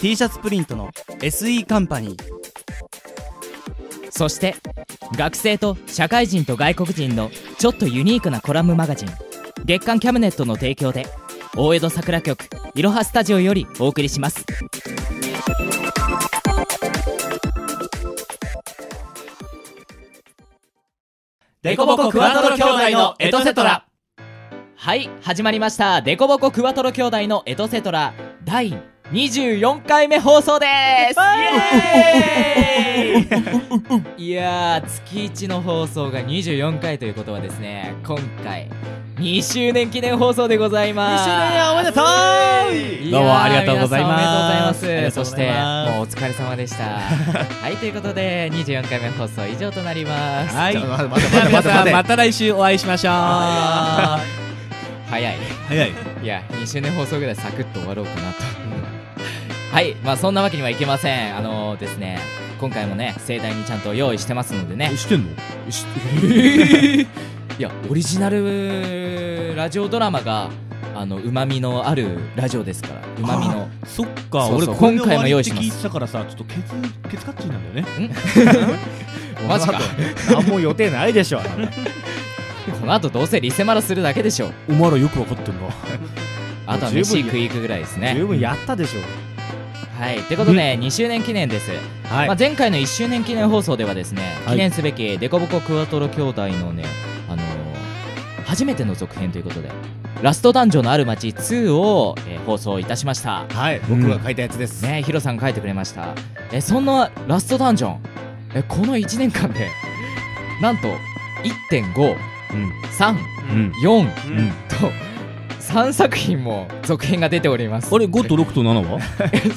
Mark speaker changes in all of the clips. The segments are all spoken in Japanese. Speaker 1: T シャツプリントの SE カンパニー
Speaker 2: そして学生と社会人と外国人のちょっとユニークなコラムマガジン月刊キャムネットの提供で大江戸桜局いろはスタジオよりお送りします
Speaker 3: デコボコクワトロ兄弟のエトセトラ
Speaker 2: はい始まりましたデコボコクワトロ兄弟のエトセトラ第24回目放送ですイエーイいやー月1の放送が24回ということはですね今回2周年記念放送でございます
Speaker 3: おめでとう
Speaker 2: いやー
Speaker 3: どうもありがとうございます
Speaker 2: 皆さんおめ
Speaker 3: あり
Speaker 2: で
Speaker 3: がとうございま
Speaker 2: とうございま
Speaker 3: す
Speaker 2: そし
Speaker 3: す
Speaker 2: てもうお疲れ様 でしたはいということで24回目放送以上となります
Speaker 3: はい
Speaker 4: まだまだまだまだ
Speaker 3: また来週お会いしましょう
Speaker 2: 早い
Speaker 3: 早い
Speaker 2: いや2周年放送ぐらいサクッと終わろうかなとはいまあそんなわけにはいきませんあのー、ですね今回もね盛大にちゃんと用意してますのでね
Speaker 3: してんの
Speaker 2: いやオリジナルラジオドラマがあのうまみのあるラジオですからうまみの
Speaker 3: そっか
Speaker 2: そうそう
Speaker 3: 俺これで
Speaker 2: 今回も用意し
Speaker 3: 終
Speaker 2: ま
Speaker 3: わりって
Speaker 2: す
Speaker 3: 聞いてたからさちょっとケツケツカッチンなんだよね
Speaker 2: マジか
Speaker 3: 何も予定ないでしょ
Speaker 2: この後どうせリセマラするだけでしょ
Speaker 3: お前らよく分かってんな
Speaker 2: あとは
Speaker 3: 十分
Speaker 2: 飯食い行くぐらいですね
Speaker 3: 十分やったでしょ
Speaker 2: はいってことで2周年記念です、
Speaker 3: は
Speaker 2: まあ、前回の1周年記念放送ではですね、
Speaker 3: はい
Speaker 2: 記念すべきデコボコクワトロ兄弟のねあのー初めての続編ということでラストダンジョンのある街2を、えー放送いたしました
Speaker 4: はい僕が書いたやつです
Speaker 2: ねヒロさん書いてくれましたえそんなラストダンジョンえこの1年間でなんと1.5、
Speaker 3: うん
Speaker 2: 3、
Speaker 3: うん
Speaker 2: 4
Speaker 3: うん
Speaker 2: と3作品も続編が出ております
Speaker 3: あれ5と6と7は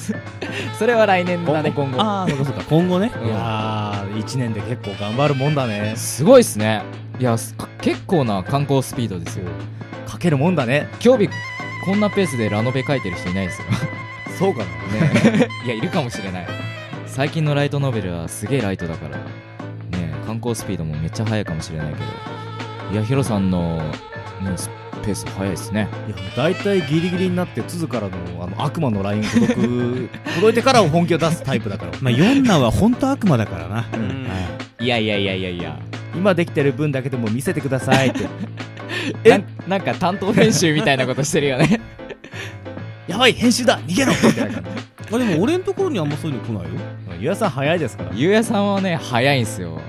Speaker 2: それは来年だね今後
Speaker 3: ああそうかそうか今後ね
Speaker 2: うん
Speaker 4: いやー1年で結構頑張るもんだね
Speaker 2: すごいっすねいやすか結構な観光スピードですよ
Speaker 4: かけるもんだね
Speaker 2: 今日日こんなペースでラノベ書いてる人いないですよ
Speaker 4: そうかない
Speaker 2: や いるかもしれない最近のライトノベルはすげえライトだからねえ観光スピードもめっちゃ速いかもしれないけどいやヒロさんの、ね、スペース速いですね
Speaker 4: いや大体ギリギリになって鈴からのあの悪魔のライン届く届いてから本気を出すタイプだから
Speaker 3: まあ4男は本当悪魔だからな
Speaker 2: はいやいやいやいやいや
Speaker 4: 今できてる分だけでも見せてくださいって
Speaker 2: えなんか担当編集みたいなことしてるよね
Speaker 4: やばい編集だ逃げろみたいな感
Speaker 3: あでも俺のところにあんまそういうの来ないよ
Speaker 4: じ岩井さん早いですから
Speaker 2: ゆうやさんはね速いんすよ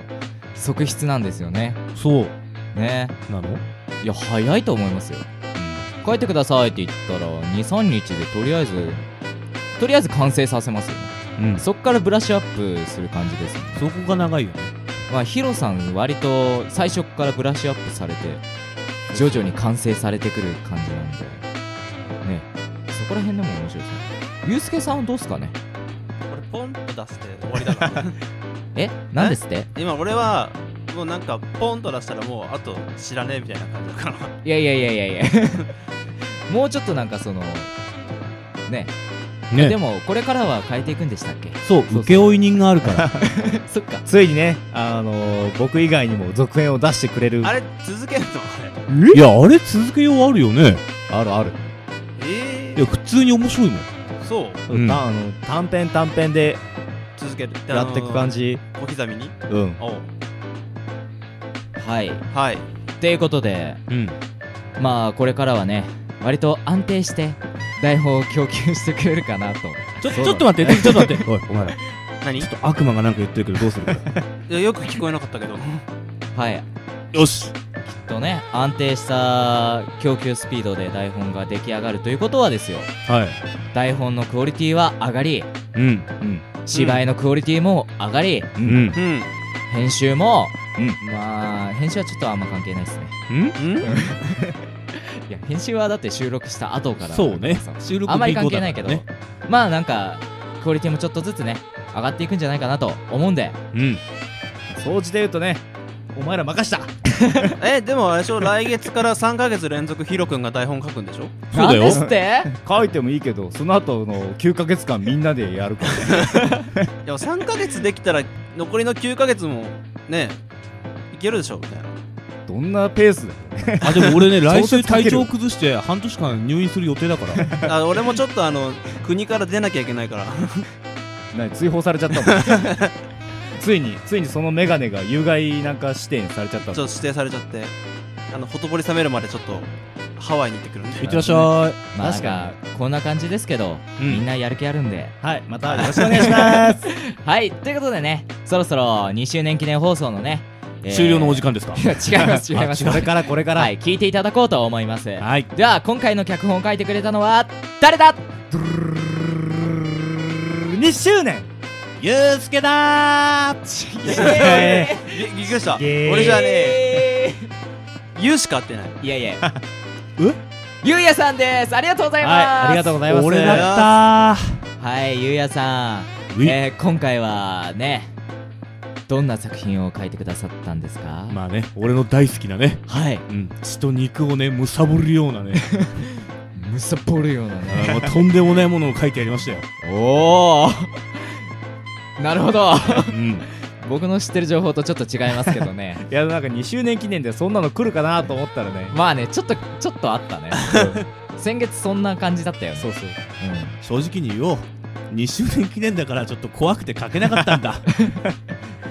Speaker 2: 側室なんですよね
Speaker 3: そう
Speaker 2: ね
Speaker 3: なの
Speaker 2: いや早いと思いますよ、書いてくださいって言ったら23日でとりあえずとりあえず完成させますよね
Speaker 3: うん
Speaker 2: そっからブラッシュアップする感じですね
Speaker 3: そこが長いよね
Speaker 2: まあヒロさん割と最初からブラッシュアップされて徐々に完成されてくる感じなんでねそこら辺でも面白いですねゆうすけさんはどうっすかね
Speaker 5: 俺ポンと出して終わりだから
Speaker 2: えなんですって
Speaker 5: 今俺はもうなんかポンと出したらもうあと知らねえみたいな感じだから
Speaker 2: いやいやいやいや いやもうちょっとなんかそのね
Speaker 3: ね
Speaker 2: でもこれからは変えていくんでしたっけ
Speaker 3: そう請負人があるから
Speaker 2: そっか
Speaker 4: ついにね、あのー僕以外にも続編を出してくれる
Speaker 5: あ
Speaker 4: あ
Speaker 5: れ続けるのあれ
Speaker 3: いやあれ続けようあるよね
Speaker 4: るある、
Speaker 5: え
Speaker 3: い
Speaker 5: え
Speaker 3: や普通に面白いもん
Speaker 5: そう
Speaker 3: うん
Speaker 4: たあの短編短編で
Speaker 5: 続ける
Speaker 4: やっていく感じ、
Speaker 5: あのー小刻みに
Speaker 4: うん
Speaker 5: おう
Speaker 2: はい
Speaker 5: はい
Speaker 2: ということで
Speaker 3: うん
Speaker 2: まあこれからはね割と安定して台本を供給してくれるかなと
Speaker 6: ちょちょっと待ってちょっと待って
Speaker 4: おいお前らち
Speaker 5: 何い
Speaker 4: ょっと悪魔がなんか言ってるけどどうするか
Speaker 5: やよく聞こえなかっ たけど
Speaker 2: はい
Speaker 6: よし
Speaker 2: きっとね安定した供給スピードで台本が出来上がるということはですよ
Speaker 4: はい
Speaker 2: 台本のクオリティは上がり
Speaker 4: うん
Speaker 2: 芝居のクオリティも上がり、
Speaker 4: うんうん
Speaker 5: うん
Speaker 2: 編集も、
Speaker 4: う
Speaker 2: まあ編集はちょっとあんま関係ないですね
Speaker 5: うん
Speaker 2: いや編集はだって収録した後から
Speaker 6: そうね収録
Speaker 2: あんまり
Speaker 6: 日
Speaker 2: 関
Speaker 6: 以降
Speaker 2: 係
Speaker 6: だ
Speaker 2: な
Speaker 6: か
Speaker 2: いけ
Speaker 6: ら
Speaker 2: ど、
Speaker 6: ね
Speaker 2: まあなんかクオリティもちょっとずつね上がっていくんじゃないかなと思うんで
Speaker 4: うん総じて言うとねお前ら任した
Speaker 5: えでもあれでしょ来月から3ヶ月連続ヒロ君が台本書くんでしょ
Speaker 6: そうだよ
Speaker 2: なんですって
Speaker 4: 書いてもいいけどその後の9ヶ月間みんなでや るから
Speaker 5: いや3ヶ月できたら残りの9ヶ月もねいけるでしょみた いな
Speaker 4: どんなペースだよ
Speaker 6: あでも俺 ね来
Speaker 4: 小
Speaker 6: 週
Speaker 4: 説書ける
Speaker 6: 体調崩して半年間入院する予定だから
Speaker 5: あ俺もちょっとあの国から出なきゃいけな いから
Speaker 4: 何追放されちゃったもん ついについにそのメガネが有害なんか指定にされちゃった
Speaker 5: ちょっと指定されちゃってあのほとぼり冷めるまでちょっとハワイに行ってくるんで
Speaker 6: いってらっしゃい
Speaker 2: まあなん
Speaker 4: 確か
Speaker 2: かこんな感じですけど、
Speaker 4: うん
Speaker 2: みんなやる気あるんで
Speaker 4: はいまたよろしくお願いします
Speaker 2: はいということでねそろそろ2周年記念放送のね、えー
Speaker 6: 終了のお時間ですか
Speaker 2: いや 違い ます違います
Speaker 4: これからこれから、
Speaker 2: はい聞いていただこうと思います
Speaker 6: はい
Speaker 2: では今回の脚本を書いてくれたのは誰だ
Speaker 4: 2周 年
Speaker 6: ゆうすけだー
Speaker 4: え
Speaker 5: びびっくりした
Speaker 4: イエーイ
Speaker 5: 俺じゃね言うしか合ってない
Speaker 2: いやいやゆうやさんですありがとうござい
Speaker 4: ー
Speaker 2: ます、
Speaker 4: はいありがとうございます
Speaker 6: 俺だった
Speaker 2: はいゆうやさん
Speaker 6: うい
Speaker 2: えー今回はねどんな作品を書いてくださったんですか、
Speaker 6: まあね俺の大好きなね
Speaker 2: はい
Speaker 6: うん血と肉をねむさぼるような ね
Speaker 2: むさぼるような
Speaker 6: あーもうとんでもないものを書いてやりましたよ
Speaker 2: おお なるほど
Speaker 6: うん
Speaker 2: 僕の知ってる情報とちょっと違いますけどね
Speaker 4: いやなんか2周年記念でそんなの来るかなと思ったらね
Speaker 2: まあねちょっとちょっとあったね先月そんな感じだったよねそうそう、ん、
Speaker 6: 正直に言おう2周年記念だからちょっと怖くて書けなかったん だ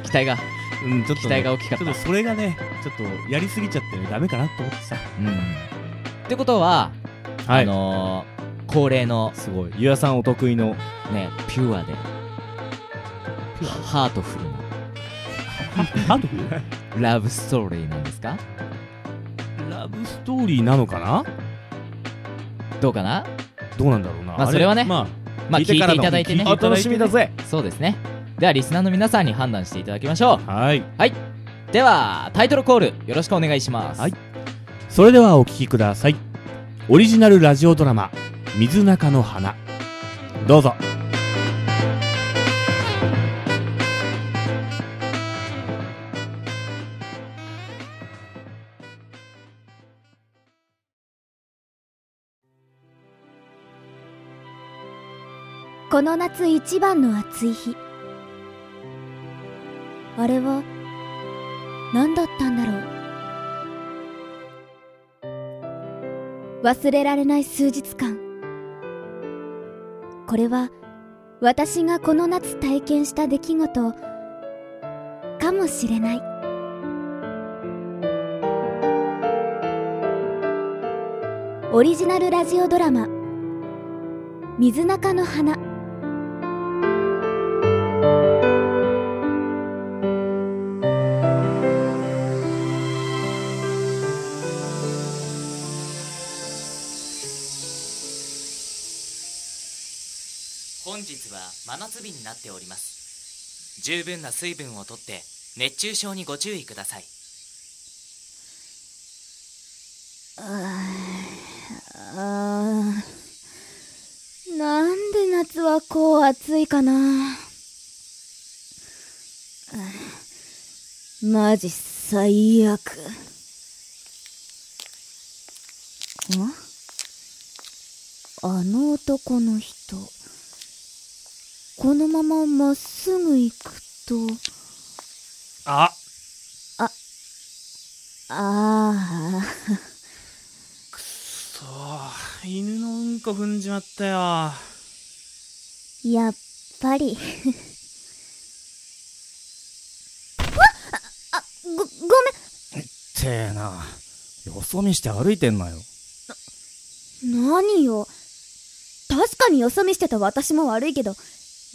Speaker 2: 期待が
Speaker 6: うんちょっ
Speaker 2: 期
Speaker 6: と
Speaker 2: 待
Speaker 6: ね
Speaker 2: が大きかっ
Speaker 6: ち
Speaker 2: た
Speaker 6: ょっとそれがねちょっとやりすぎちゃってねダメかなと思ってさ
Speaker 2: うんってことは、
Speaker 6: は
Speaker 2: あのー、恒例の
Speaker 4: すごいゆあさんお得意の
Speaker 2: ねピュアでハートフ ルな
Speaker 6: ハートフ
Speaker 2: ラブストーリーなんですか
Speaker 6: ルラブストーリーなのかな
Speaker 2: どうかな
Speaker 6: どうなんだろうな
Speaker 2: まあそれはね
Speaker 6: ま
Speaker 2: まあ聞いていただいてね
Speaker 4: お楽しみだぜ
Speaker 2: そうですねではリスナーの皆さんに判断していただきましょ
Speaker 6: あはい。
Speaker 2: うではタイトルコールよろしくお願いします
Speaker 6: はいそれではお聞きください。オリジナルラジオドラマ、水中の花。どうぞ。
Speaker 7: この夏一番の暑い日あれは何だったんだろう忘れられない数日間これは私がこの夏体験した出来事かもしれないオリジナルラジオドラマ「水中の花」
Speaker 2: 本日は真夏日になっております十分な水分をとって熱中症にご注意ください
Speaker 7: あーなんで夏はこう暑いかなあーマジ最悪んあの男の人このまままっすぐ行くと
Speaker 6: あ、
Speaker 7: ああ
Speaker 5: そう犬のうんこ踏んじまったよ
Speaker 7: やっぱり。 わっあ、ご、ごめん。
Speaker 4: てえなよそ見して歩いてんなよ
Speaker 7: 何よ確かによそ見してた私も悪いけど、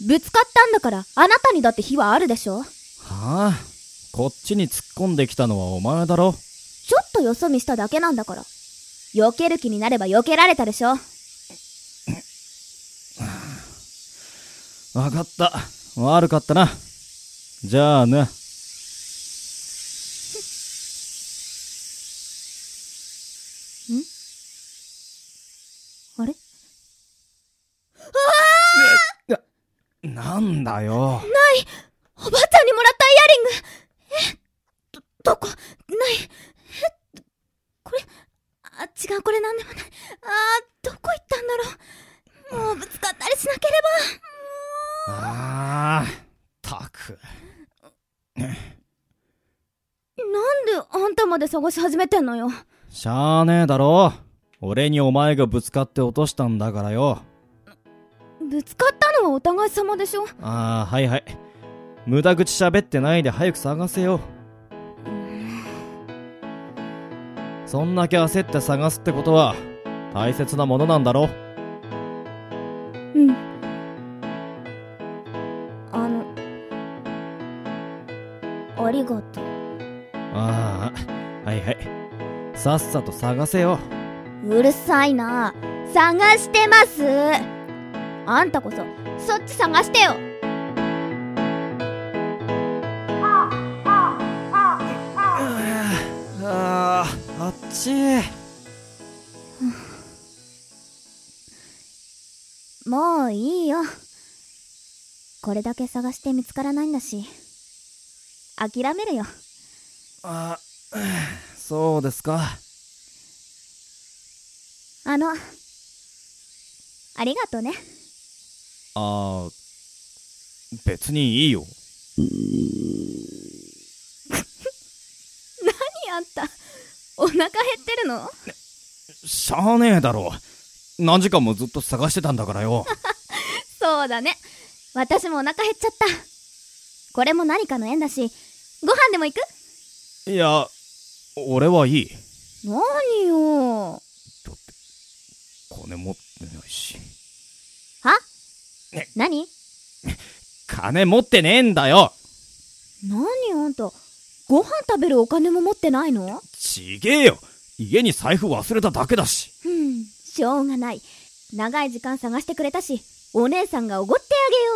Speaker 7: ぶつかったんだから、あなたにだって非はあるでしょ
Speaker 4: はあこっちに突っ込んできたのはお前だろ
Speaker 7: ちょっとよそ見しただけなんだから。避ける気になれば避けられたでしょ
Speaker 4: わかった悪かったなじゃあね
Speaker 7: あれ
Speaker 4: なんだよ
Speaker 7: おばあちゃんにもらったイヤリングえ、ど、どこない。え、これ、あ、違う、これなんでもない。あー、どこ行ったんだろう。もうぶつかったりしなけれ
Speaker 4: ああたく
Speaker 7: ば。なんであんたまで探し始めてんのよ。
Speaker 4: しゃあねえだろ俺にお前がぶつかって落としたんだからよ
Speaker 7: ぶつかったのはお互い様でしょ。
Speaker 4: ああはいはい無駄口喋ってないで早く探せよそんだけ焦って探すってことは大切なものなんだろ
Speaker 7: うん。あの、ありがと
Speaker 4: ああはいはいさっさと探せよ
Speaker 7: う。うるさいな。探してます。あんたこそ、そっち探してよ。
Speaker 4: あああっち
Speaker 7: もういいよ。これだけ探して見つからないんだし、諦めるよ。
Speaker 4: あそうですか
Speaker 7: あの、ありがとね。
Speaker 4: ああ別にいいよ
Speaker 7: 何あんた、お腹減ってるの
Speaker 4: しゃあねえだろ何時間もずっと探してたんだからよ
Speaker 7: そうだね。私もお腹減っちゃった。これも何かの縁だし、ご飯でも行く
Speaker 4: いや俺はいい
Speaker 7: 何よ。
Speaker 4: 金持ってないし
Speaker 7: は何
Speaker 4: 金持ってねえんだよ
Speaker 7: 何あんた、ご飯食べるお金も持ってないの
Speaker 4: ちげえよ家に財布忘れただけだし
Speaker 7: うん、しょうがない。長い時間探してくれたし、お姉さんがおごって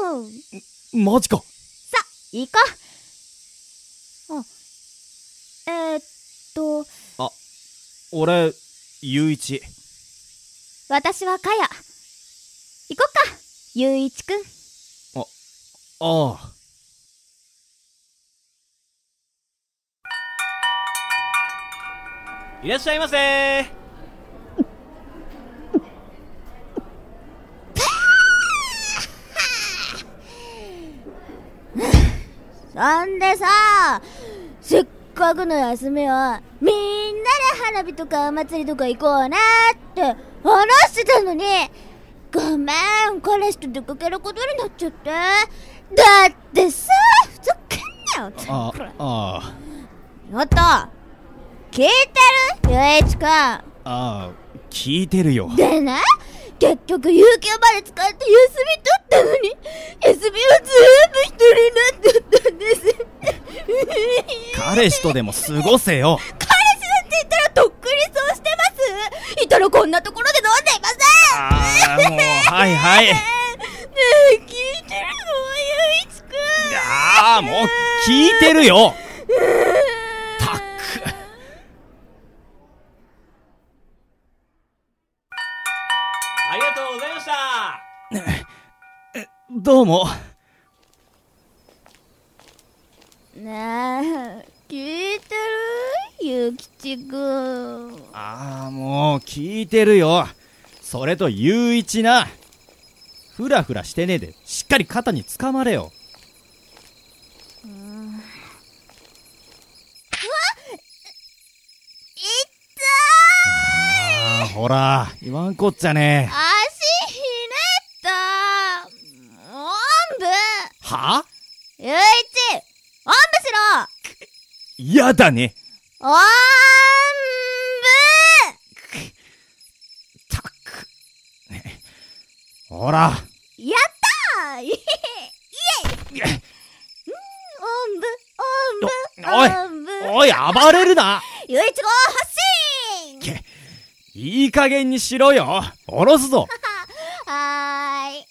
Speaker 7: あげよう。
Speaker 4: マジか
Speaker 7: さ、行こう。あ、えー、っと、
Speaker 4: 俺雄一
Speaker 7: 私はかや。行こっか、ゆういちくん。
Speaker 4: ああ
Speaker 5: いらっしゃいませー
Speaker 7: そんでさ、せっかくの休みを、みんなで花火とかお祭りとか行こうなって話してたのに、ごめん、彼氏と出かけることになっちゃって。だってさ、ふざけんなよって。
Speaker 4: ああ
Speaker 7: おっと、聞いてるゆういちくん。
Speaker 4: ああ聞いてるよ
Speaker 7: でね、結局有給まで使って休み取ったのに、休みは全部一人になっちゃったんです。
Speaker 4: 彼氏とでも過ごせよ
Speaker 7: 彼氏なんていたらとっくにそうしてますいたらこんなところで飲んでいま
Speaker 4: あ
Speaker 7: せん
Speaker 4: あもうはいはい
Speaker 7: ねえ聞いてるのゆういちくん
Speaker 4: ああもう聞いてるよたく
Speaker 5: ありがとうございました
Speaker 4: どうも
Speaker 7: ねえ聞いてるゆうきちくん
Speaker 4: ああもう聞いてるよそれと雄一なふらふらしてねえでしっかり肩につかまれよ
Speaker 7: い
Speaker 4: ああほら言わんこっちゃねえ
Speaker 7: 足ひねったおんぶ
Speaker 4: は
Speaker 7: ゆういちおんぶしろ
Speaker 4: やだね
Speaker 7: おんぶ
Speaker 4: たく ほら
Speaker 8: やったー イエイイエイうんおんぶ、おんぶ、おんぶ。
Speaker 4: おい暴れるな
Speaker 8: ゆいちご発信
Speaker 4: いい加減にしろよおろすぞ
Speaker 8: はーい。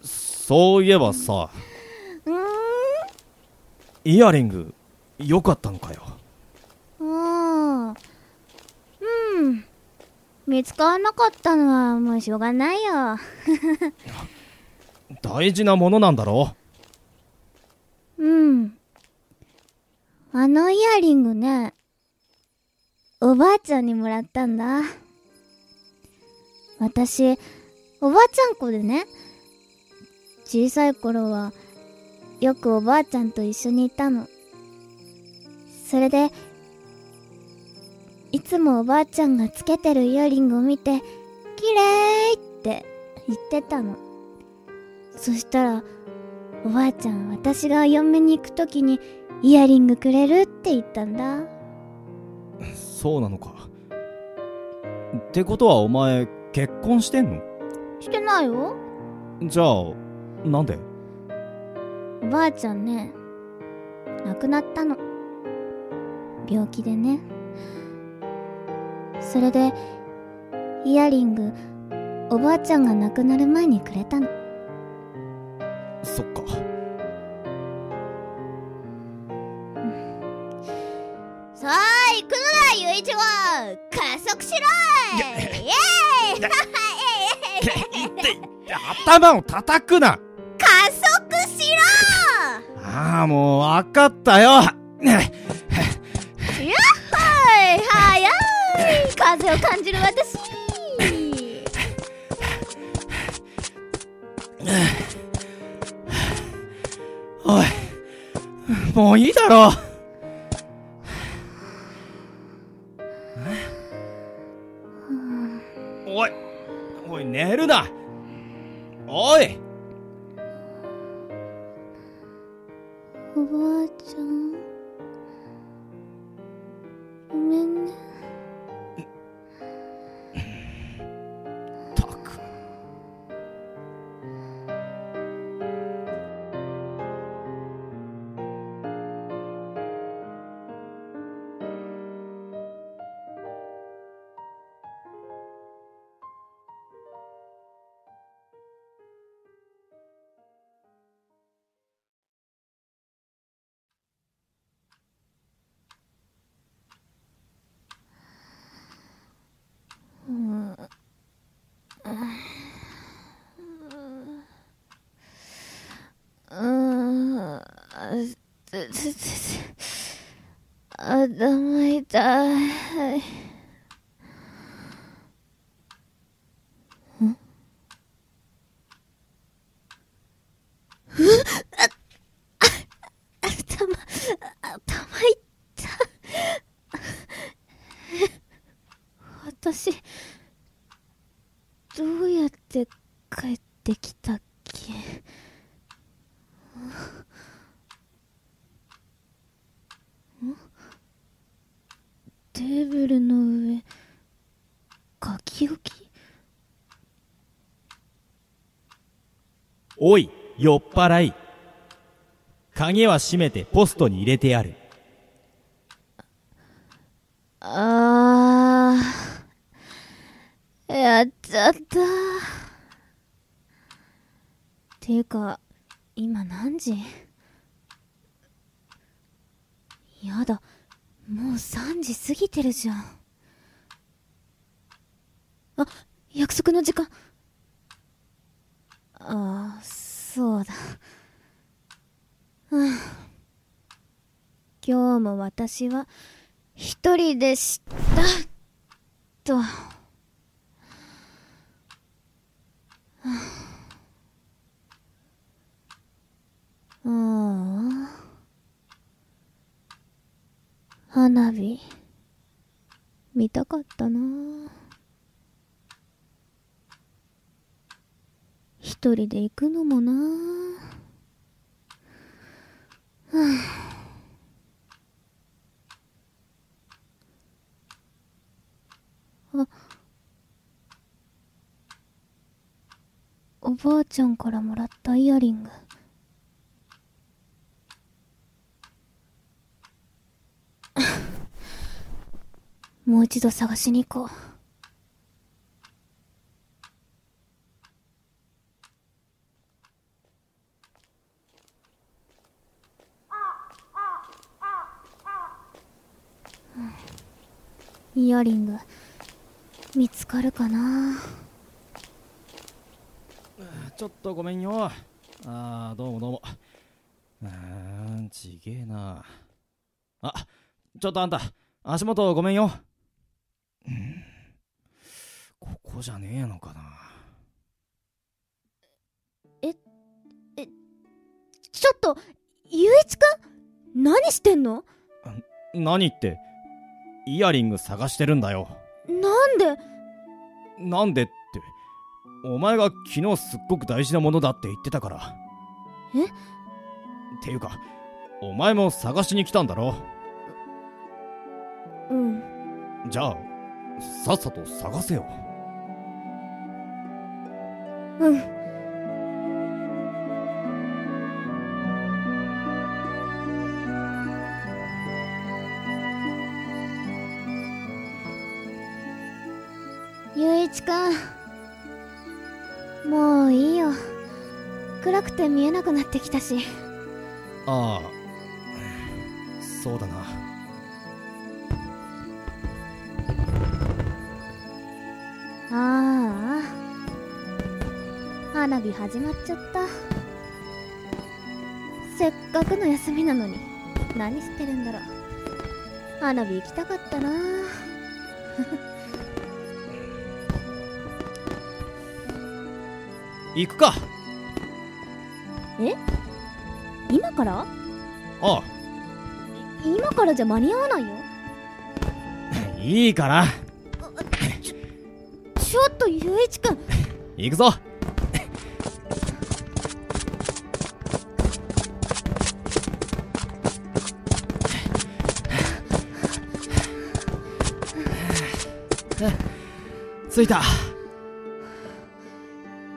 Speaker 4: そういえばさ
Speaker 8: う
Speaker 4: イヤリング良かったのかよ
Speaker 8: ーん。うん。うん。見つからなかったのはもうしょうがないよ。
Speaker 4: 大事なものなんだろ
Speaker 8: うん。あのイヤリングね、おばあちゃんにもらったんだ。私、おばあちゃん子でね、小さい頃は、よくおばあちゃんと一緒にいたの。それで、いつもおばあちゃんがつけてるイヤリングを見て、綺麗って言ってたの。そしたら、おばあちゃん私がお嫁に行くときにイヤリングくれるって言ったんだ
Speaker 4: うそうなのかってことはお前結婚してんの
Speaker 8: してないよ
Speaker 4: じゃあなんで
Speaker 8: おばあちゃんね亡くなったの病気でねそれでイヤリングおばあちゃんが亡くなる前にくれたの
Speaker 4: そっか
Speaker 8: さあ行くのだゆいちご加速しろいイエーイ
Speaker 4: 頭を叩くな
Speaker 8: 加速しろ
Speaker 4: ああもう分かったよ
Speaker 8: やっほーい早い風を感じる私
Speaker 4: おいもういいだろ おいおい寝るなおい
Speaker 8: おばあちゃんごめんね
Speaker 4: ったく
Speaker 8: うーんあつつつ頭痛い頭頭痛い私どうやって帰ってきたっけテーブルの上書き置き
Speaker 4: おい酔っ払い鍵は閉めてポストに入れてやる
Speaker 8: あーやっちゃったていうか今何時やだもう3時過ぎてるじゃんあ約束の時間ああそうだうん今日も私は一人でしたとはあうん花火見たかったな一人で行くのもな
Speaker 7: おばあちゃんからもらったイヤリング もう一度探しに行こうイヤリング見つかるかな
Speaker 4: ちょっとごめんよああどうもどうもうーんちげえなあちょっとあんた足元ごめんようんここじゃねえのかな
Speaker 7: ちょっとゆういちくん何してんの
Speaker 4: 何ってイヤリング探してるんだよ
Speaker 7: なんで
Speaker 4: なんでってお前が昨日すっごく大事なものだって言ってたから
Speaker 7: え
Speaker 4: っていうかお前も探しに来たんだろ
Speaker 7: うん
Speaker 4: じゃあさっさと探せよ
Speaker 7: うんゆういちくんもういいよ暗くて見えなくなってきたし
Speaker 4: ああそうだな
Speaker 7: ああ花火始まっちゃったせっかくの休みなのに何してるんだろう花火行きたかったな
Speaker 4: 行くか
Speaker 7: 今から
Speaker 4: あ
Speaker 7: 今からじゃ間に合わないよ
Speaker 4: あいいから
Speaker 7: ちょっとゆういちくん
Speaker 4: 行くぞ着いた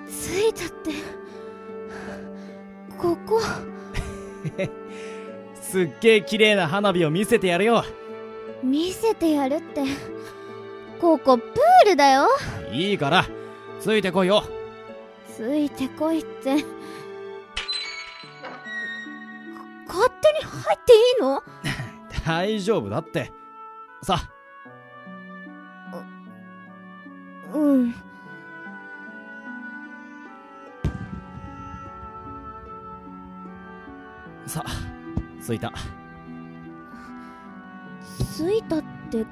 Speaker 7: 着いたってここ
Speaker 4: すっげえ綺麗な花火を見せてやるよ
Speaker 7: 見せてやるってここプールだよ
Speaker 4: いいからついてこいよ
Speaker 7: ついてこいって勝手に入っていいの
Speaker 4: 大丈夫だってさあ
Speaker 7: うん
Speaker 4: さあ着いた
Speaker 7: 着いたってこ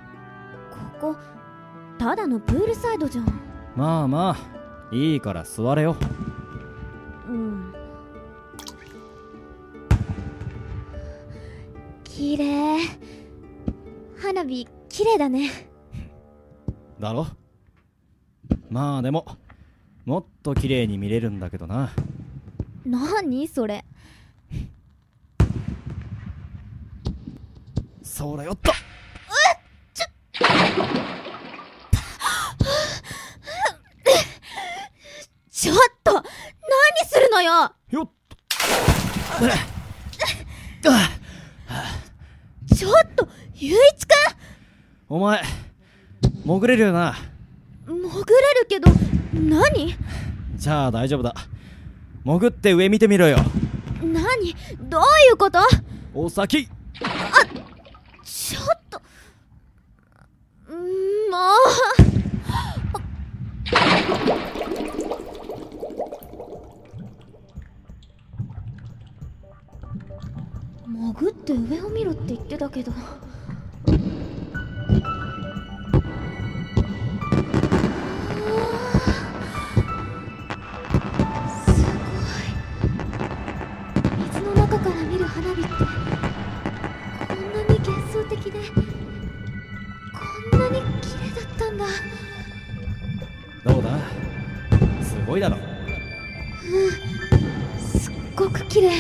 Speaker 7: こただのプールサイドじゃん
Speaker 4: まあまあいいから座れよ
Speaker 7: うん綺麗花火綺麗だね
Speaker 4: だろまあでももっと綺麗に見れるんだけどな
Speaker 7: 何それ
Speaker 4: そうだよっと
Speaker 7: ちょっと何するのよ
Speaker 4: よっと
Speaker 7: ちょっとゆういちく
Speaker 4: お前潜れるよなん
Speaker 7: 潜れるけど何
Speaker 4: じゃあ大丈夫だ潜って上見てみろよ
Speaker 7: 何どういうこと
Speaker 4: お先
Speaker 7: ちょっとうんもう潜って上を見ろって言ってたけどすごい水の中から見る花火ってこんなに幻想的でこんなに綺麗だったんだ
Speaker 4: どうだすごいだろ
Speaker 7: すっごく綺麗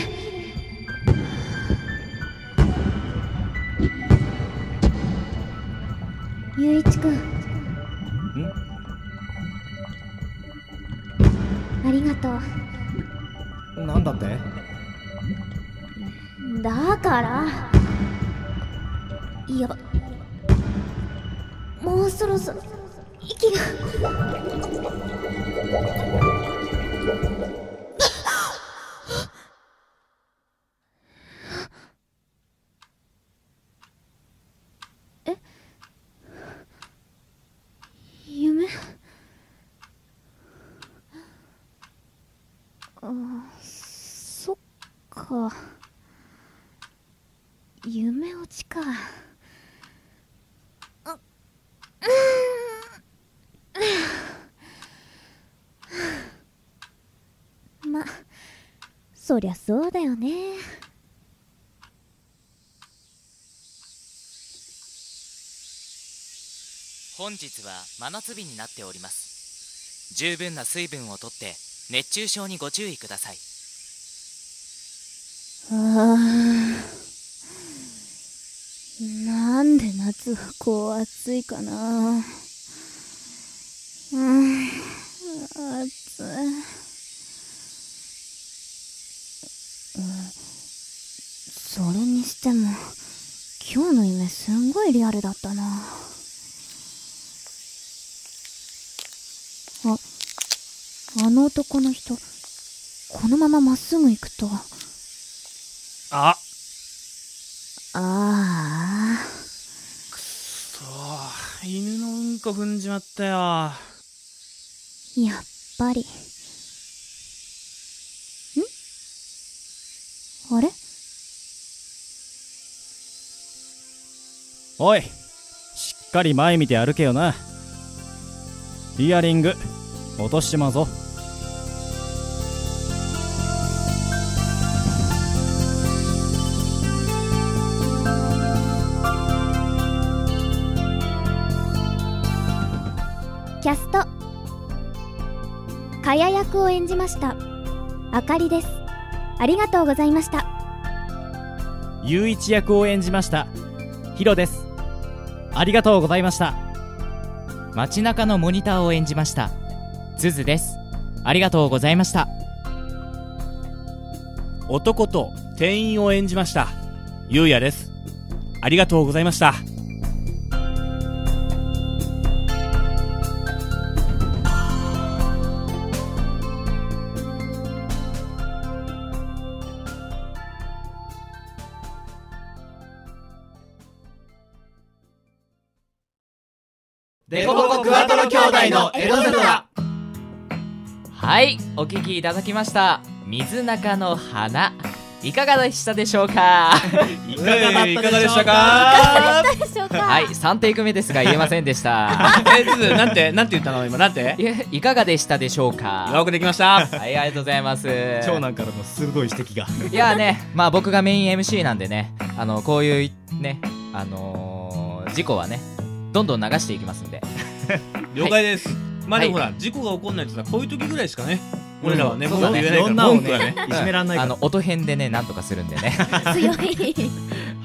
Speaker 7: ゆういちくんありがとう
Speaker 4: なんだって
Speaker 7: だからやばもうそろそろ息がえ夢あそっか夢落ちかあうんまそりゃそうだよね
Speaker 2: 本日は真夏日になっております十分な水分をとって熱中症にご注意ください
Speaker 7: あーなんで夏はこう暑いかなうん暑いうんそれにしても今日の夢すんごいリアルだったなああの男の人このまままっすぐ行くと
Speaker 6: あ
Speaker 7: ああ
Speaker 6: そう犬のうんこ踏んじまったよ
Speaker 7: やっぱりんあれ
Speaker 3: おいしっかり前見て歩けよなイヤリング落としちまうぞ
Speaker 7: キャストかや役を演じましたあかりですありがとうございました
Speaker 3: 雄一役を演じましたヒロですありがとうございました
Speaker 2: 街中のモニターを演じましたズズですありがとうございました
Speaker 6: 男と店員を演じましたゆうやですありがとうございました
Speaker 2: デコボコクワトロ兄弟のエロゼトラはいお聞きいただきました水中の花いかがでしたでしょう か
Speaker 6: いかがだったでしたか
Speaker 7: でしょうか
Speaker 2: はい3テイク目ですが言えませんでした
Speaker 6: えずなんてなんて言ったの今なんて
Speaker 2: いえいかがでしたでしょう
Speaker 6: よ
Speaker 2: か
Speaker 6: くできました
Speaker 2: はいありがとうございます
Speaker 3: 長男からの鋭い指摘が
Speaker 2: いやねまあ僕がメイン MC なんでねあのこういうねあのー事故はねどんどん流していきますんで
Speaker 6: 了解ですまあでもほ
Speaker 2: は
Speaker 6: ら事故が起こんないってのはこういう時ぐらいしかね俺らはね
Speaker 2: そう
Speaker 6: もう
Speaker 2: だ
Speaker 6: 言
Speaker 2: ね
Speaker 6: えないから
Speaker 3: 女を
Speaker 6: 文句
Speaker 3: ね
Speaker 6: はね
Speaker 3: いじめらんないか
Speaker 2: あ
Speaker 3: ら
Speaker 2: の音編でねなんとかするんで ね
Speaker 7: 強い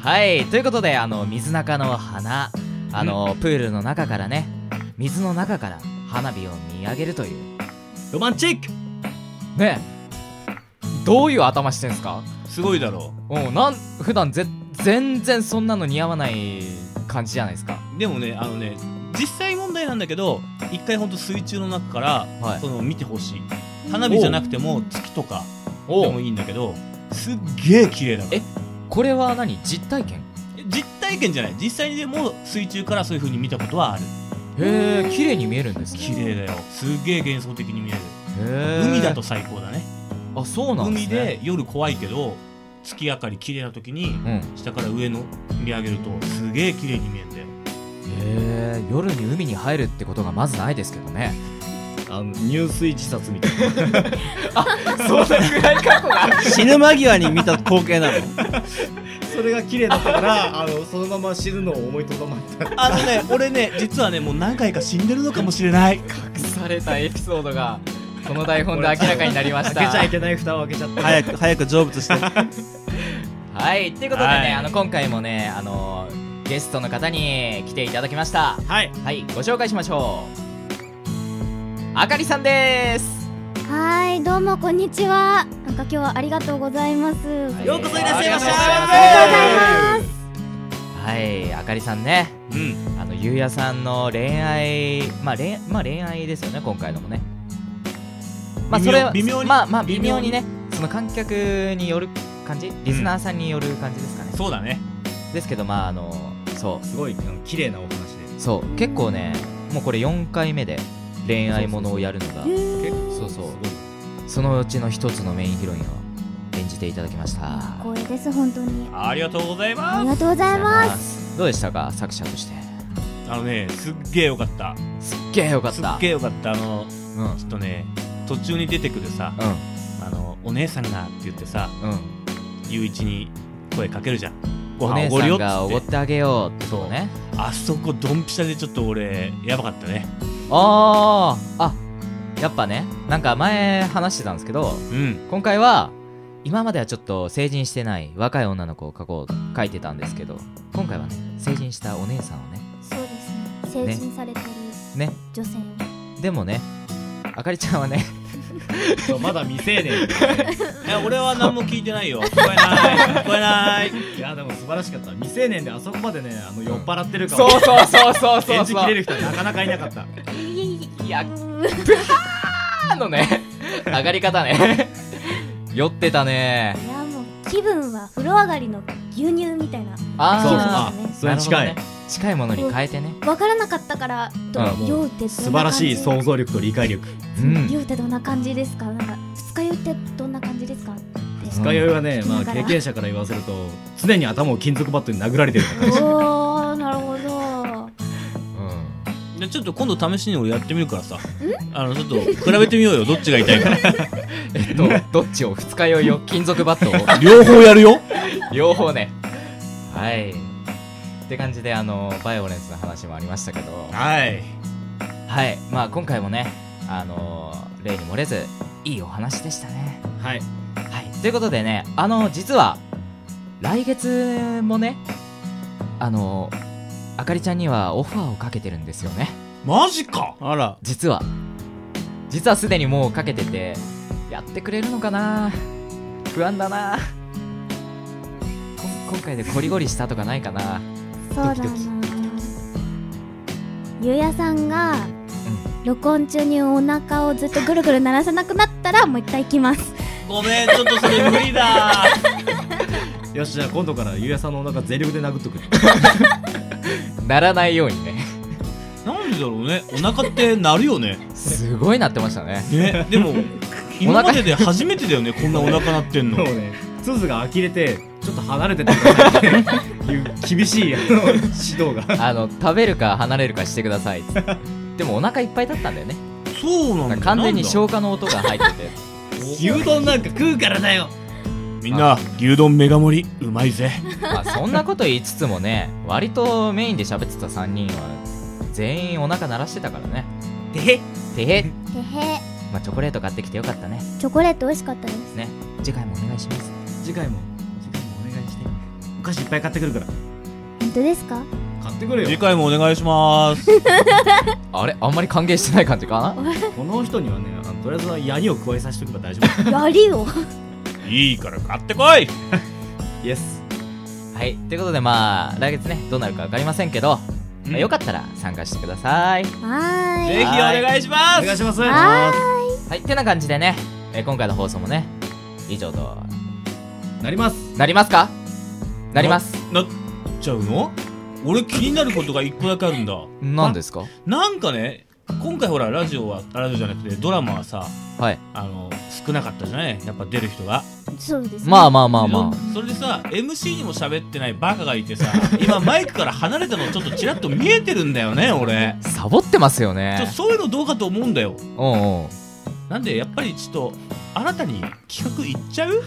Speaker 2: はいということであの水中の花あのプールの中からね水の中から花火を見上げるという
Speaker 3: ロマンチック
Speaker 2: ねどういう頭してんすか
Speaker 6: すごいだろ
Speaker 2: うんなん普段ぜ全然そんなの似合わない感じじゃないですか
Speaker 6: うでもねあのね実際問題なんだけど一回ほんと水中の中から
Speaker 2: はい
Speaker 6: その見てほしい 花火じゃなくても月とかで
Speaker 2: お
Speaker 6: も
Speaker 2: う
Speaker 6: いいんだけどすっげえ綺麗だから
Speaker 2: えこれは何実体験
Speaker 6: 実体験じゃない実際にでも水中からそういう風に見たことはある
Speaker 2: へえ綺麗に見えるんですね
Speaker 6: 綺麗だよすっげえ幻想的に見える
Speaker 2: へー
Speaker 6: 海だと最高だね
Speaker 2: あそうなんです
Speaker 6: 海
Speaker 2: ね
Speaker 6: で夜怖いけど月明かり綺麗な時
Speaker 2: う
Speaker 6: に
Speaker 2: んへ
Speaker 6: 下から上の見上げるとすげえ綺麗に見えるんだよ
Speaker 2: え夜に海に入るってことがまずないですけどね
Speaker 3: あの入水自殺みたいな
Speaker 2: そんなぐらい過去がある
Speaker 5: 死ぬ間際に見た光景なの
Speaker 3: それが綺麗だった からあのそのまま死ぬのを思いとどまった
Speaker 6: あのね 俺ね実はねもう何回か死んでるのかもしれない
Speaker 2: 隠されたエピソードがこの台本で明らかになりました
Speaker 3: 開けちゃいけない蓋を開けちゃった
Speaker 5: 早く早く成仏して
Speaker 2: はいということでね、
Speaker 6: はい
Speaker 2: あの今回もねあのゲストの方に来ていただきました
Speaker 3: はい
Speaker 2: はいご紹介しましょうあかりさんです
Speaker 7: はいどうもこんにちはなんか今日はありがとうございます
Speaker 2: ようこそいらっしゃいました
Speaker 7: ありがとうございます
Speaker 2: はいあかりさんね
Speaker 6: うん
Speaker 2: あのゆうやさんの恋愛まあ恋,、まあ、恋愛ですよね今回のもねまあそれは
Speaker 6: 微妙微妙に
Speaker 2: まあまあ微妙にねその観客による感じリスナーさんによる感じですかね、
Speaker 6: そうだね
Speaker 2: ですけどまああのそ
Speaker 3: すごいあの綺麗なお話で
Speaker 2: うそう結構ねもうこれ4回目で恋愛ものをやるのが
Speaker 7: へー
Speaker 2: そうそうそのうちの一つのメインヒロインを演じていただきました
Speaker 7: 光栄です本当に
Speaker 6: ありがとうござい
Speaker 7: あり
Speaker 6: ます
Speaker 7: がとうございます
Speaker 2: すどうでしたか作者として
Speaker 6: あのねすっげえよかった
Speaker 2: すっげえよかっ
Speaker 6: すったげえよかったあの
Speaker 2: うんうん
Speaker 6: ちょっとね途中に出てくるさあのお姉さんがって言ってさ
Speaker 2: うん
Speaker 6: ゆういちに声かけるじゃんご
Speaker 2: お姉
Speaker 6: 飯おご
Speaker 2: さ
Speaker 6: る
Speaker 2: ん
Speaker 6: よっつ
Speaker 2: がおご
Speaker 6: っ
Speaker 2: っててあげようってことね
Speaker 6: あそこドンピシャでちょっと俺やばかったね
Speaker 2: あーあやっぱねなんか前話してたんですけど
Speaker 6: うん
Speaker 2: 今回は今まではちょっと成人してない若い女の子を描こう書いてたんですけど今回はね成人したお姉さんをね
Speaker 7: そうですね成人されてる
Speaker 2: ね
Speaker 7: 女性
Speaker 2: でもねあかりちゃんはね
Speaker 3: すそうまだ未成年
Speaker 6: いや俺は何も聞いてないよ聞こえない聞こえない
Speaker 3: いやでも素晴らしかった未成年であそこまでねあの酔っ払ってるから、
Speaker 2: そうそうそうそう
Speaker 3: 演じきれる人はなかなかいなかった
Speaker 2: いや、あのね、上がり方 ね。酔ってたね。
Speaker 7: いやもう気分は風呂上がりの牛乳みたいなそうそう
Speaker 2: ああ、
Speaker 7: あ
Speaker 3: それに近い、
Speaker 2: なるほどね近いものに変えてね。
Speaker 7: わからなかったからど
Speaker 2: うん
Speaker 7: 酔うってどんな感じ
Speaker 3: 素晴らしい想像力と理解力
Speaker 2: うん。
Speaker 7: 酔うってどんな感じですかなんか二日酔いってどんな感じですかって
Speaker 3: 二
Speaker 2: ん
Speaker 3: 日酔いはね、まあ、
Speaker 7: だから
Speaker 3: 経験者から言わせると常に頭を金属バットに殴られてるような感じ
Speaker 7: おーなるほど
Speaker 6: でちょっと今度試しに俺やってみるからさあのちょっと比べてみようよどっちが痛いか
Speaker 2: えっと、どっちを二日酔いを金属バットを
Speaker 6: 両方やるよ
Speaker 2: 両方ね。はい。って感じで、あの、バイオレンスの話もありましたけど、
Speaker 6: はい
Speaker 2: はい。まあ、今回もね、あの、例に漏れず、いいお話でしたね。
Speaker 3: はい
Speaker 2: はい、ということでね、あの、実は、来月もね、あの、あかりちゃんにはオファーをかけてるんですよね。
Speaker 6: マジかあら
Speaker 2: 実は。実はすでにもうかけてて、やってくれるのかな不安だなこん今回でコリゴリしたとかないかな
Speaker 7: そうだな
Speaker 2: ドキドキ
Speaker 7: ゆうやさんが録音中にお腹をずっとぐるぐる鳴らせなくなったらもう一回行きます
Speaker 6: ごめんちょっとそれ無理だ
Speaker 3: よしじゃあ今度からゆうやさんのお腹全力で殴っとく
Speaker 2: ならないようにね。
Speaker 6: なんでだろうねお腹って鳴るよね
Speaker 2: すごいなってました ね。
Speaker 6: ねでも今までで初めてだよねこんなお腹鳴ってんの
Speaker 3: もうね鈴が呆れてちょっと離れててくださいっ ていう厳しいあの指導が
Speaker 2: あの、食べるか離れるかしてくださいっつって。でもお腹いっぱいだったんだよね。
Speaker 6: そうなんだ
Speaker 2: だから完全に
Speaker 6: なんだ
Speaker 2: 消化の音が入ってて。
Speaker 3: 牛丼なんか食うからだよ
Speaker 6: みんな牛丼メガ盛りうまいぜ
Speaker 2: まあそんなこと言いつつもね割とメインで喋ってた3人は全員お腹鳴らしてたからねてへてへ
Speaker 7: てへ
Speaker 2: まあチョコレート買ってきてよかったね
Speaker 7: チョコレート美味しかったです
Speaker 2: 次回もお願いします
Speaker 3: 次回も次回もお願いしてお菓子いっぱい買ってくるから
Speaker 7: 本当ですか
Speaker 3: 買ってくる
Speaker 6: 次
Speaker 3: よ
Speaker 6: 回もお願いします
Speaker 2: あれあんまり歓迎してない感じかな
Speaker 3: この人にはねあのとりあえずは槍を加えさせておけば大丈夫
Speaker 7: や りを
Speaker 6: いいから買ってこい
Speaker 3: イエス
Speaker 2: はいということでまあ来月ねどうなるか分かりませんけど、
Speaker 6: うん
Speaker 2: まあよかったら参加してください
Speaker 7: はーい
Speaker 6: ぜひお願いしま
Speaker 3: お願い
Speaker 6: す
Speaker 3: します
Speaker 7: は
Speaker 2: はいってな感じでね、えー今回の放送もね以上と
Speaker 3: なります
Speaker 2: なりますかなります
Speaker 6: なっちゃうの俺気になることが一個だけあるんだ
Speaker 2: 何ですか
Speaker 6: なんかね今回ほらラジオはあラジオじゃなくてドラマはさ
Speaker 2: はい
Speaker 6: あの少なかったじゃないやっぱ出る人が
Speaker 7: そうです、ね、
Speaker 2: まあまあまあま
Speaker 6: でそれでさ MC にも喋ってないバカがいて さ今マイクから離れたのちょっとちらっと見えてるんだよね俺
Speaker 2: あサボってますよ
Speaker 6: ちょっ
Speaker 2: ね
Speaker 6: とそういうのどうかと思うんだよ
Speaker 2: うんうん
Speaker 6: なんでやっぱりちょっと新たに企画いっちゃう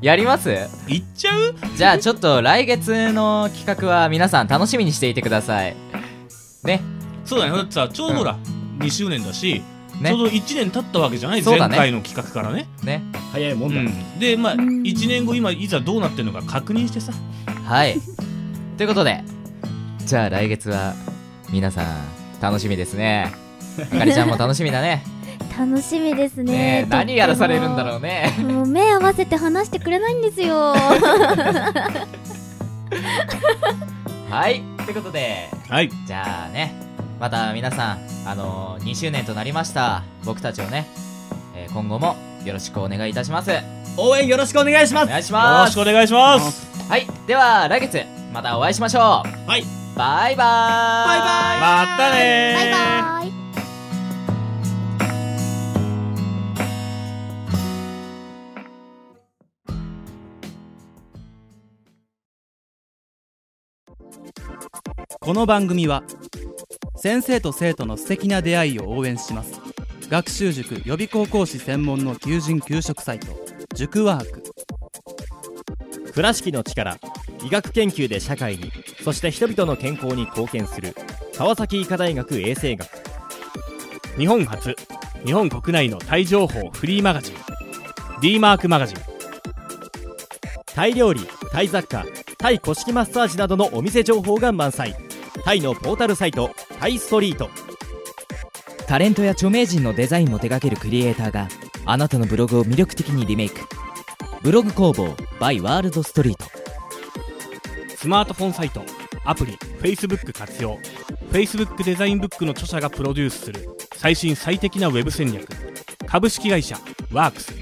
Speaker 2: やります
Speaker 6: いっちゃう
Speaker 2: じゃあちょっと来月の企画は皆さん楽しみにしていてください。ね。
Speaker 6: そうだねだってさちょうどほら、2周年だし、
Speaker 2: ね
Speaker 6: ちょうど1年経ったわけじゃない、
Speaker 2: そう
Speaker 6: 前
Speaker 2: だね
Speaker 6: 回の企画からね
Speaker 2: ね。
Speaker 3: 早いもんだ、
Speaker 6: うんでまあ
Speaker 7: うん
Speaker 6: 1年後今いざどうなってるのか確認してさ
Speaker 2: はい。ということで、じゃあ来月は皆さん楽しみですね。あかりちゃんも楽しみだね
Speaker 7: 楽しみですね
Speaker 2: ねえ何やらされるんだろ
Speaker 7: う
Speaker 2: うね
Speaker 7: もう目合わせて話してくれないんです よ
Speaker 2: はいってことで
Speaker 6: はい
Speaker 2: じゃあねまた皆さんあのー、2周年となりました僕たちをね、えー今後もよろしくお願いいたします
Speaker 4: 応援よろしくお願いします
Speaker 2: お願いし
Speaker 6: よろ
Speaker 2: ま
Speaker 6: し
Speaker 2: す
Speaker 6: くお願いします
Speaker 2: はいでは来月またお会いしましょう
Speaker 4: はい
Speaker 2: バイバーイバイバ
Speaker 6: またね
Speaker 7: バ
Speaker 6: ー
Speaker 7: イバーイ
Speaker 1: この番組は先生と生徒の素敵な出会いを応援します学習塾予備高校師専門の求人・求職サイト塾ワーク
Speaker 4: 倉敷の力医学研究で社会にそして人々の健康に貢献する川崎医科大学衛生学
Speaker 6: 日本初日本国内のタイ情報フリーマガジン D マークマガジン
Speaker 4: タイ料理タイ雑貨タイ古式マッサージなどのお店情報が満載タイのポータルサイトタイストリート
Speaker 2: イタレントや著名人のデザインも手掛けるクリエイターがあなたのブログを魅力的にリメイクブログ工房 by ワールドストリート
Speaker 6: スマートフォンサイトアプリ Facebook 活用 Facebook デザインブックの著者がプロデュースする最新最適なウェブ戦略株式会社ワークス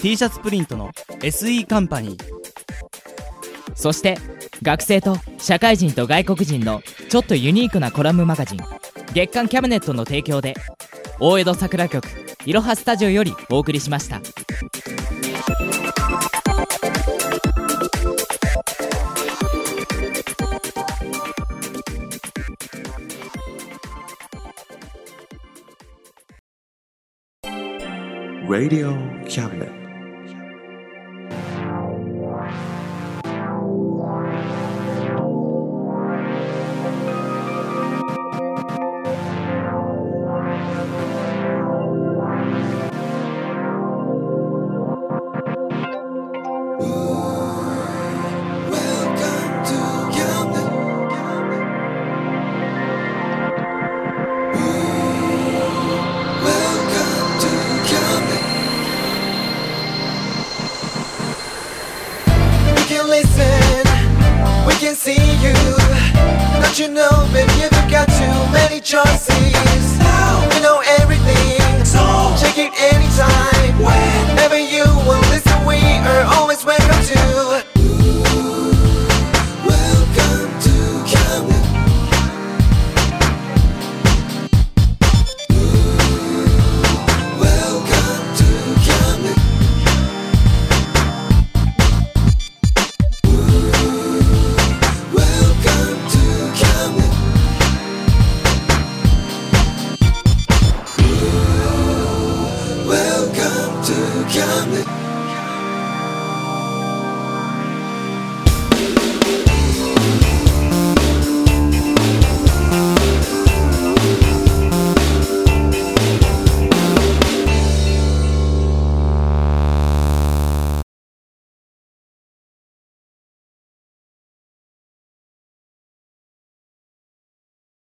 Speaker 1: T シャツプリントの SE カンパニー
Speaker 2: そして学生と社会人と外国人のちょっとユニークなコラムマガジン月刊キャビネットの提供で大江戸桜局いろはスタジオよりお送りしました。
Speaker 9: Radio Cabinet.
Speaker 10: We can listen, we can see you. Don't you know, baby, you've got too many choices. Now we know everything, so check it anytime. Whenever you will listen, we are always welcome to. Welcome to Camden. Welcome to Camden. Welcome to Camden. Welcome to Camden.